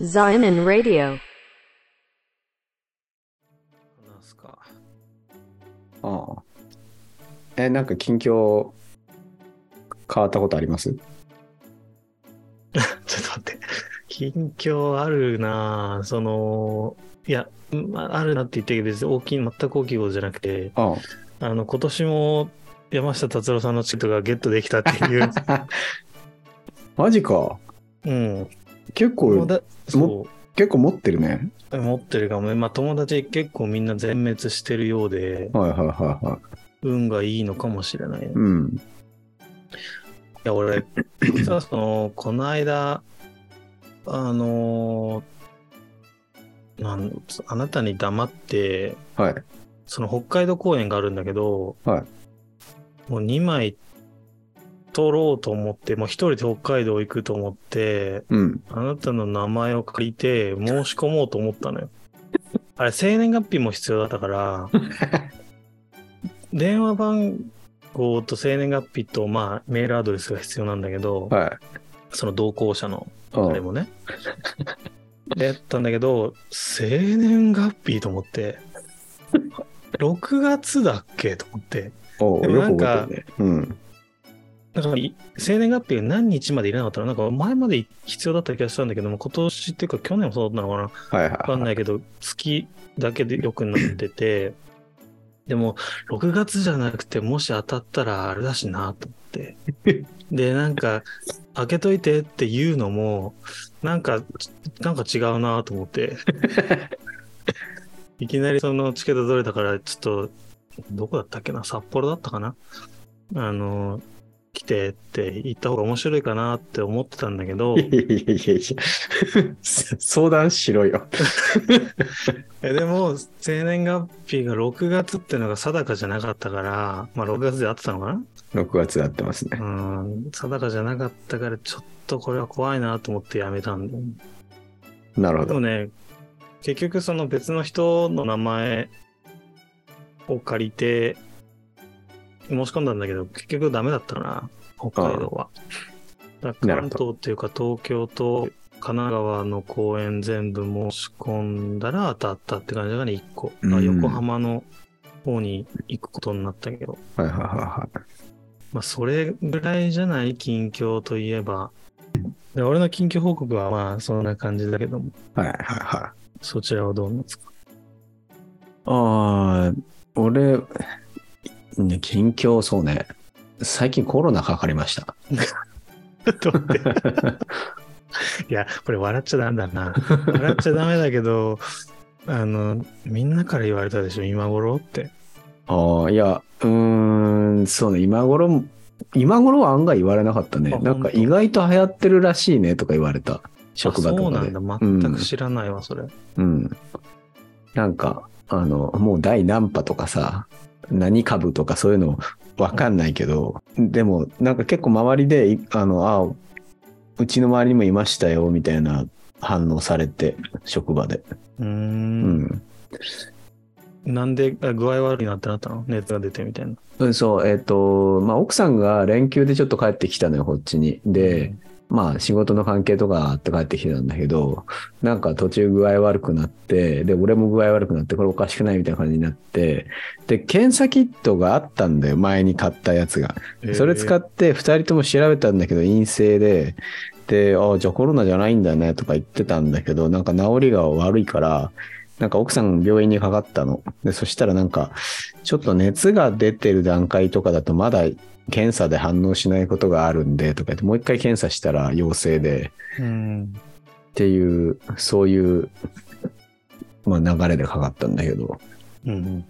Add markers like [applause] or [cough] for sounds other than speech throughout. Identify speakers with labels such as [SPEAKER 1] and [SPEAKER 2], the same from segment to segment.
[SPEAKER 1] Zion Radio.
[SPEAKER 2] なんすか。
[SPEAKER 3] ああ。え、なんか近況変わったことあります
[SPEAKER 2] ちょっと待って。近況あるなぁその、いや、まああるなって言ったけど、別に大きい、全く大きいことじゃなくて、
[SPEAKER 3] あ
[SPEAKER 2] あの、今年も山下達郎さんのチケットがゲットできたって [laughs] いう、
[SPEAKER 3] あ。マジか。
[SPEAKER 2] うん。友
[SPEAKER 3] 結構、
[SPEAKER 2] 達そ
[SPEAKER 3] 結構持ってるね。
[SPEAKER 2] う、持ってるかもね。まあ、友達結構みんな全滅してるようで、
[SPEAKER 3] はいはいはいはい。
[SPEAKER 2] 運がいいのかもしれないね。い
[SPEAKER 3] うん。
[SPEAKER 2] や、俺、実はその、この間、あのーなんあなたに黙って、
[SPEAKER 3] はい。
[SPEAKER 2] その北海道公演があるんだけど、
[SPEAKER 3] は
[SPEAKER 2] もう2枚取ろうと思って、もう1人で北海道行くと思って、
[SPEAKER 3] うん。
[SPEAKER 2] あなたの名前を借りて申し込もうと思
[SPEAKER 3] [laughs]
[SPEAKER 2] ったのよ。あれ、生年月日も必要だったから、電話番号と生年月日と、まあ、メールアドレスが必要なんだけど、
[SPEAKER 3] はい。
[SPEAKER 2] その同行者の
[SPEAKER 3] あ
[SPEAKER 2] あれもね。 [laughs] でやったんだけど、生年月日と思って、6月だっけと思って、
[SPEAKER 3] あ。おう
[SPEAKER 2] でも
[SPEAKER 3] よ
[SPEAKER 2] な
[SPEAKER 3] く
[SPEAKER 2] んか
[SPEAKER 3] 覚えてるね。うん。
[SPEAKER 2] なんかい生年月日が何日までいらなかったのなんか前まで必要だった気がしたんだけども、今年っていうか去年もそうだったのかな
[SPEAKER 3] はいはい
[SPEAKER 2] わかん
[SPEAKER 3] はい。
[SPEAKER 2] ないけど、月だけでよくなってて、でも、6月じゃなくて、もし当たったらあれだしなと思って。で、なんか、開けといてって言うのも、なんか、なんか違うなと思って。いきなりそのチケット取れたから、ちょっと、どこだったっけな札幌だったかなあの、来てって言った方が面白いかなって思ってたんだけど
[SPEAKER 3] い、やいやいやいやいや相談しろよ。
[SPEAKER 2] えでも生年月日が6月ってのが定かじゃなかったからまあ6月で合ってたのか
[SPEAKER 3] 6月やってますね。
[SPEAKER 2] なうん定かじゃなかったからちょっとこれは怖いなと思ってやめたんだよ
[SPEAKER 3] なるほ
[SPEAKER 2] で
[SPEAKER 3] ど。
[SPEAKER 2] もね結局その別の人の名前を借りて申し込んだんだけど結局ダメだったな北海道はだから
[SPEAKER 3] な
[SPEAKER 2] 関
[SPEAKER 3] るほど
[SPEAKER 2] 東っていうか東京と神奈川の公演全部申し込んだら当たったって感じがね1個、まあ
[SPEAKER 3] うん
[SPEAKER 2] 横浜の方に行くことになったけど
[SPEAKER 3] はいはいはい
[SPEAKER 2] まあそれぐらいじゃない近況といえばで俺の近況報告はまあそんな感じだけども
[SPEAKER 3] はい。はいはいはい。
[SPEAKER 2] そちらはどう思いますか
[SPEAKER 3] ああ、俺、ね、近況、そうね。最近コロナかかりました。
[SPEAKER 2] と思って。いや、これ笑っちゃダメだな。笑っちゃダメだけ
[SPEAKER 3] [laughs]
[SPEAKER 2] ど、あの、みんなから言われたでしょ、今頃って。
[SPEAKER 3] ああ、いや、うーん、そうね、今頃、今頃は案外言われなかったね。
[SPEAKER 2] あ
[SPEAKER 3] なん
[SPEAKER 2] 本
[SPEAKER 3] か
[SPEAKER 2] 当
[SPEAKER 3] 意外と流行ってるらしいねとか言われた。職場とかで
[SPEAKER 2] あそうなんだ。全く知らないわ、それ。
[SPEAKER 3] うん。なんか、あの、もう第何波とかさ、何株とかそういうのわかんないけど、でも、なんか結構周りで、いあの、あ、うちの周りにもいましたよ、みたいな反応されて、職場で。
[SPEAKER 2] うー。
[SPEAKER 3] うんん。
[SPEAKER 2] なんであ具合悪いなってなったの熱が出てみたいな。
[SPEAKER 3] うんそう、えっ、と、まあ、奥さんが連休でちょっと帰ってきたのよ、こっちに。で、まあ、仕事の関係とかあって帰ってきてたんだけど、なんか途中具合悪くなって、で、俺も具合悪くなって、これおかしくないみたいな感じになって、で、検査キットがあったんだよ、前に買ったやつが。
[SPEAKER 2] うん、
[SPEAKER 3] それ使
[SPEAKER 2] っ
[SPEAKER 3] って、二人とも調べたんだけど、陰性で、で、ああ、じゃあコロナじゃないんだね、とか言ってたんだけど、なんか治りが悪いから、なんか奥さん病院にかかったの。で、そしたらなんか、ちょっと熱が出てる段階とかだと、まだ検査で反応しないことがあるんで、とか言って、もう一回検査したら陽性で、
[SPEAKER 2] うん。
[SPEAKER 3] っていう、そういう、まあ流れでかかったんだけど。
[SPEAKER 2] うん。
[SPEAKER 3] い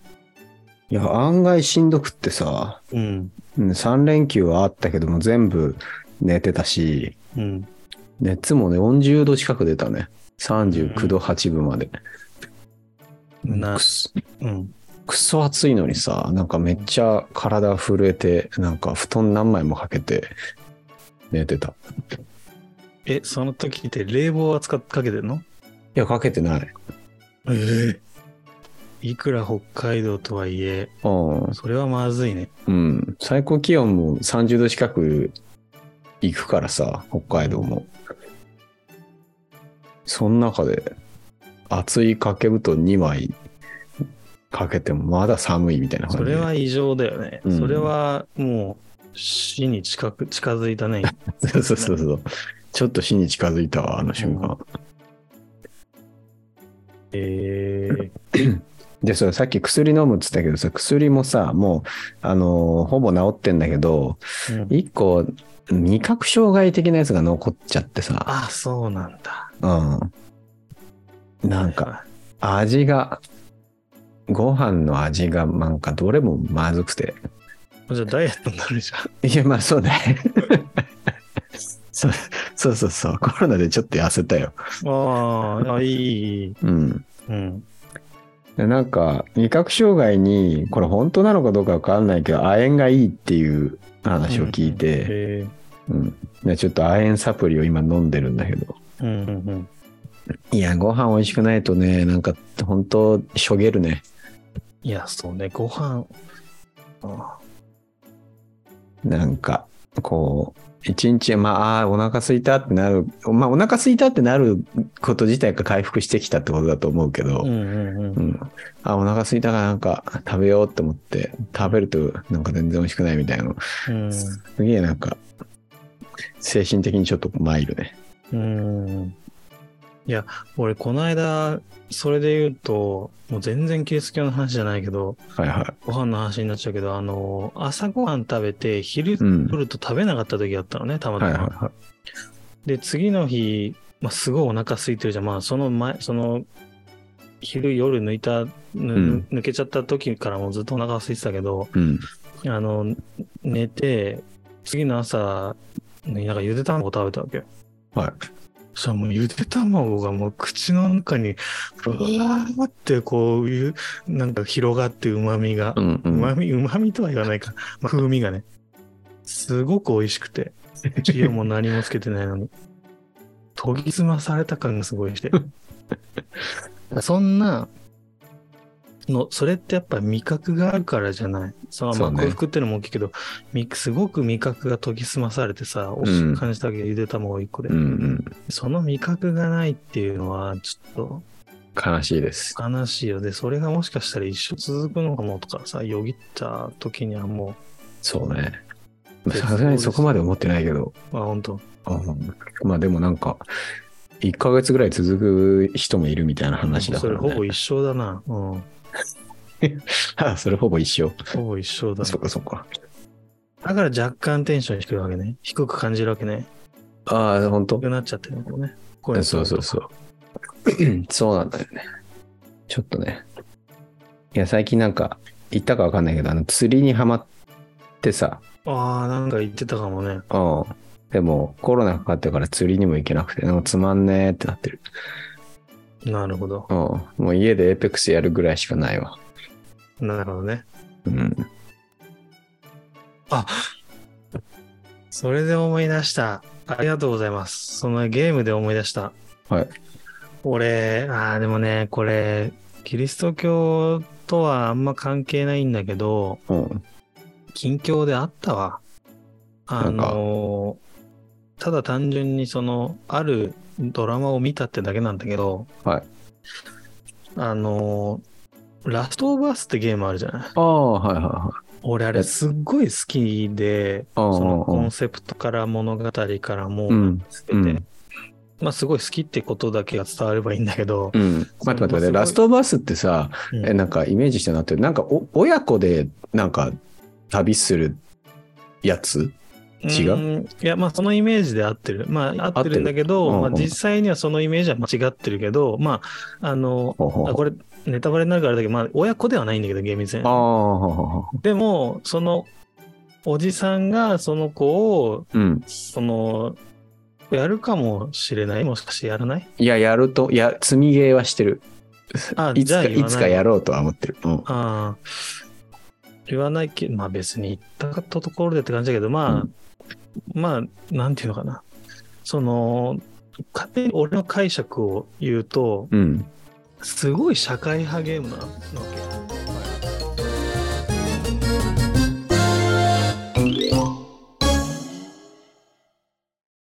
[SPEAKER 3] や、案外しんどくってさ、
[SPEAKER 2] うん。
[SPEAKER 3] うん、3連休はあったけども全部寝てたし
[SPEAKER 2] うん。
[SPEAKER 3] 熱もね40度近く出たね39度8分まで、
[SPEAKER 2] な
[SPEAKER 3] く、す
[SPEAKER 2] うん。
[SPEAKER 3] くっそ暑いのにさなんかめっちゃ体震えてなんか布団何枚もかけて寝てたい
[SPEAKER 2] え、その時って冷房は使っかけてんの
[SPEAKER 3] やかけてない
[SPEAKER 2] ええいくら北海道とはいえ、
[SPEAKER 3] うん、
[SPEAKER 2] それはまずいね。
[SPEAKER 3] うん、最高気温も30度近く行くからさ北海道も、その中で厚い掛け布団2枚かけてもまだ寒いみたいな感
[SPEAKER 2] そ
[SPEAKER 3] じで
[SPEAKER 2] れは異常だよね。
[SPEAKER 3] うん
[SPEAKER 2] それはもう死に近く近づいた
[SPEAKER 3] [laughs]
[SPEAKER 2] ね。
[SPEAKER 3] そうそうそうそうちょっと死に近づいたわあの瞬間、
[SPEAKER 2] えー、
[SPEAKER 3] でそれさっき薬飲むっつったけどさ薬もさもうあのーほぼ治ってんだけど
[SPEAKER 2] うん
[SPEAKER 3] 一個味覚障害的なやつが残っちゃってさ
[SPEAKER 2] あ、そうなんだ。
[SPEAKER 3] うんなんか味がご飯の味がなんかどれもまずくて
[SPEAKER 2] じゃあダイエットになるじゃん。
[SPEAKER 3] [laughs] いやまあそうねそうそうそうそうコロナでちょっと痩せたよ
[SPEAKER 2] あーあ、いいいい。
[SPEAKER 3] うん
[SPEAKER 2] うん。
[SPEAKER 3] でなんか味覚障害にこれ本当なのかどうかわかんないけど亜鉛がいいっていう話を聞いて、
[SPEAKER 2] え
[SPEAKER 3] うんでちょっと亜鉛サプリを今飲んでるんだけど
[SPEAKER 2] ーうんうんうん。
[SPEAKER 3] いやご飯美味しくないとねなんか本当しょげるね
[SPEAKER 2] いや、そうね、ご飯。あ
[SPEAKER 3] なんか、こう、一日、まあ、ああー、お腹空いたってなる、まあ、お腹空いたってなること自体が回復してきたってことだと思うけ
[SPEAKER 2] ー
[SPEAKER 3] ど、
[SPEAKER 2] う
[SPEAKER 3] うん
[SPEAKER 2] んうんうん。
[SPEAKER 3] ああ、お腹空いたからなんか食べようって思って、食べるとなんか全然美味しくないみたいなの。
[SPEAKER 2] うん
[SPEAKER 3] すげえなんか、精神的にちょっとマイルね。
[SPEAKER 2] うん。いや、俺、この間、それで言うと、もう全然キリスト教の話じゃないけど、
[SPEAKER 3] はいは
[SPEAKER 2] ご飯の話になっちゃうけど、あの、朝ごはん食べて、昼
[SPEAKER 3] い。うん。
[SPEAKER 2] 取ると食べなかった時だったのね、たまた
[SPEAKER 3] はい
[SPEAKER 2] ま。
[SPEAKER 3] はいは
[SPEAKER 2] で、次の日、まあ、すごいお腹空いてるじゃん。まあ、その前、その、昼夜抜いた、ぬ
[SPEAKER 3] ん
[SPEAKER 2] 抜けちゃった時からもうずっとお腹が空いてたけど、
[SPEAKER 3] い。うん。
[SPEAKER 2] あの、寝て、次の朝、ねなんかゆで卵食べたわけよ。
[SPEAKER 3] はい。
[SPEAKER 2] そしたらもうゆで卵がもう口の中に、うわーってこういう、なんか広がって旨味が
[SPEAKER 3] う。んう。
[SPEAKER 2] うんまみ、うまみとは言わないか。まあ、風味がね。すごく美味しくて。塩も何もつけてないのに。研ぎ澄まされた感がすごいして。 [laughs] そんな、の、それってやっぱ味覚があるからじゃない。そのま
[SPEAKER 3] そ
[SPEAKER 2] あ、
[SPEAKER 3] うね
[SPEAKER 2] 幸福っていうのも大きいけど、みすごく味覚が研ぎ澄まされてさ、美味しく感じたわけど、ゆで卵1個で、
[SPEAKER 3] うんうん。
[SPEAKER 2] その味覚がないっていうのは、ちょっと、
[SPEAKER 3] 悲しいです。
[SPEAKER 2] 悲しいよ。で、それがもしかしたら一生続くのかもとかさ、よぎった時にはも
[SPEAKER 3] そうね。さすがにそこまで思ってないけど。
[SPEAKER 2] う、まあ本当
[SPEAKER 3] うんまあでもなんか、1ヶ月ぐらい続く人もいるみたいな話だか
[SPEAKER 2] それ
[SPEAKER 3] ら、
[SPEAKER 2] ほ
[SPEAKER 3] ね。
[SPEAKER 2] ぼ一生だな。うん。
[SPEAKER 3] あ [laughs] それほぼ一緒。
[SPEAKER 2] ほぼ一生だ。
[SPEAKER 3] そっかそっか。
[SPEAKER 2] だから若干テンション低いわけね。低く感じるわけね。
[SPEAKER 3] ああ、本当
[SPEAKER 2] 低くなっちゃってるのね。こい
[SPEAKER 3] そうそうそう。 [clears throat] そうなんだよね。ちょっとね。いや、最近なんか、言ったかわかんないけど、あの釣りにはまってさ、
[SPEAKER 2] ああ、なんか言ってたかもね。
[SPEAKER 3] うん。でも、コロナかかってから釣りにも行けなくて、なんかつまんねえってなってる。
[SPEAKER 2] なるほど。
[SPEAKER 3] うん。もう家でエーペックスやるぐらいしかないわ。
[SPEAKER 2] なるほどね。
[SPEAKER 3] うん。
[SPEAKER 2] それで思い出した。ありがとうございます。そのゲームで思い出した。
[SPEAKER 3] はい。
[SPEAKER 2] 俺、ああ、でもね、これ、キリスト教とはあんま関係ないんだけど、
[SPEAKER 3] うん。
[SPEAKER 2] 近況であったわ。あ
[SPEAKER 3] なんか
[SPEAKER 2] のー、ただ単純にその、あるドラマを見たってだけなんだけど、
[SPEAKER 3] はい
[SPEAKER 2] あのー、ラストオブアスってゲームあるじゃない
[SPEAKER 3] ああ、はいはいはい。
[SPEAKER 2] 俺あれすっごい好きで、
[SPEAKER 3] ああ、
[SPEAKER 2] そのコ
[SPEAKER 3] あ
[SPEAKER 2] ンセプトから物語からも
[SPEAKER 3] あうん。
[SPEAKER 2] 全て、
[SPEAKER 3] うん
[SPEAKER 2] まあすごい好きってことだけが伝わればいいんだけど、
[SPEAKER 3] うん、待って待って待って、ラストバスってさ、
[SPEAKER 2] うん
[SPEAKER 3] えなんかイメージしてなってる、なんかお親子でなんか旅するやつ違うん
[SPEAKER 2] いや、まあ、そのイメージで合ってる。まあ、合ってるんだけど、
[SPEAKER 3] 合ってるうん
[SPEAKER 2] ま
[SPEAKER 3] う
[SPEAKER 2] あ
[SPEAKER 3] ん、
[SPEAKER 2] 実際にはそのイメージは間違ってるけど、まあ、あの、
[SPEAKER 3] ほうほう
[SPEAKER 2] あこれ、ネタバレになるからあれだけど、まあ、親子ではないんだけど、厳密に
[SPEAKER 3] あ。あ、ほうほうほ
[SPEAKER 2] でも、その、おじさんがその子を、
[SPEAKER 3] ううん。
[SPEAKER 2] その、やるかもしれないもしかしてやらない
[SPEAKER 3] いや、やると、いや、積みゲーはしてる。
[SPEAKER 2] あ
[SPEAKER 3] いつ
[SPEAKER 2] じ
[SPEAKER 3] か、
[SPEAKER 2] ゃあ言わ
[SPEAKER 3] い
[SPEAKER 2] ない
[SPEAKER 3] つかやろうとは思ってる。うん。
[SPEAKER 2] ああ。言わないけど、まあ別に言ったかったところでって感じだけど、まあ、まあ、なんていうのかな。その、勝手に俺の解釈を言うと、
[SPEAKER 3] うん。
[SPEAKER 2] すごい社会派ゲームなわけ。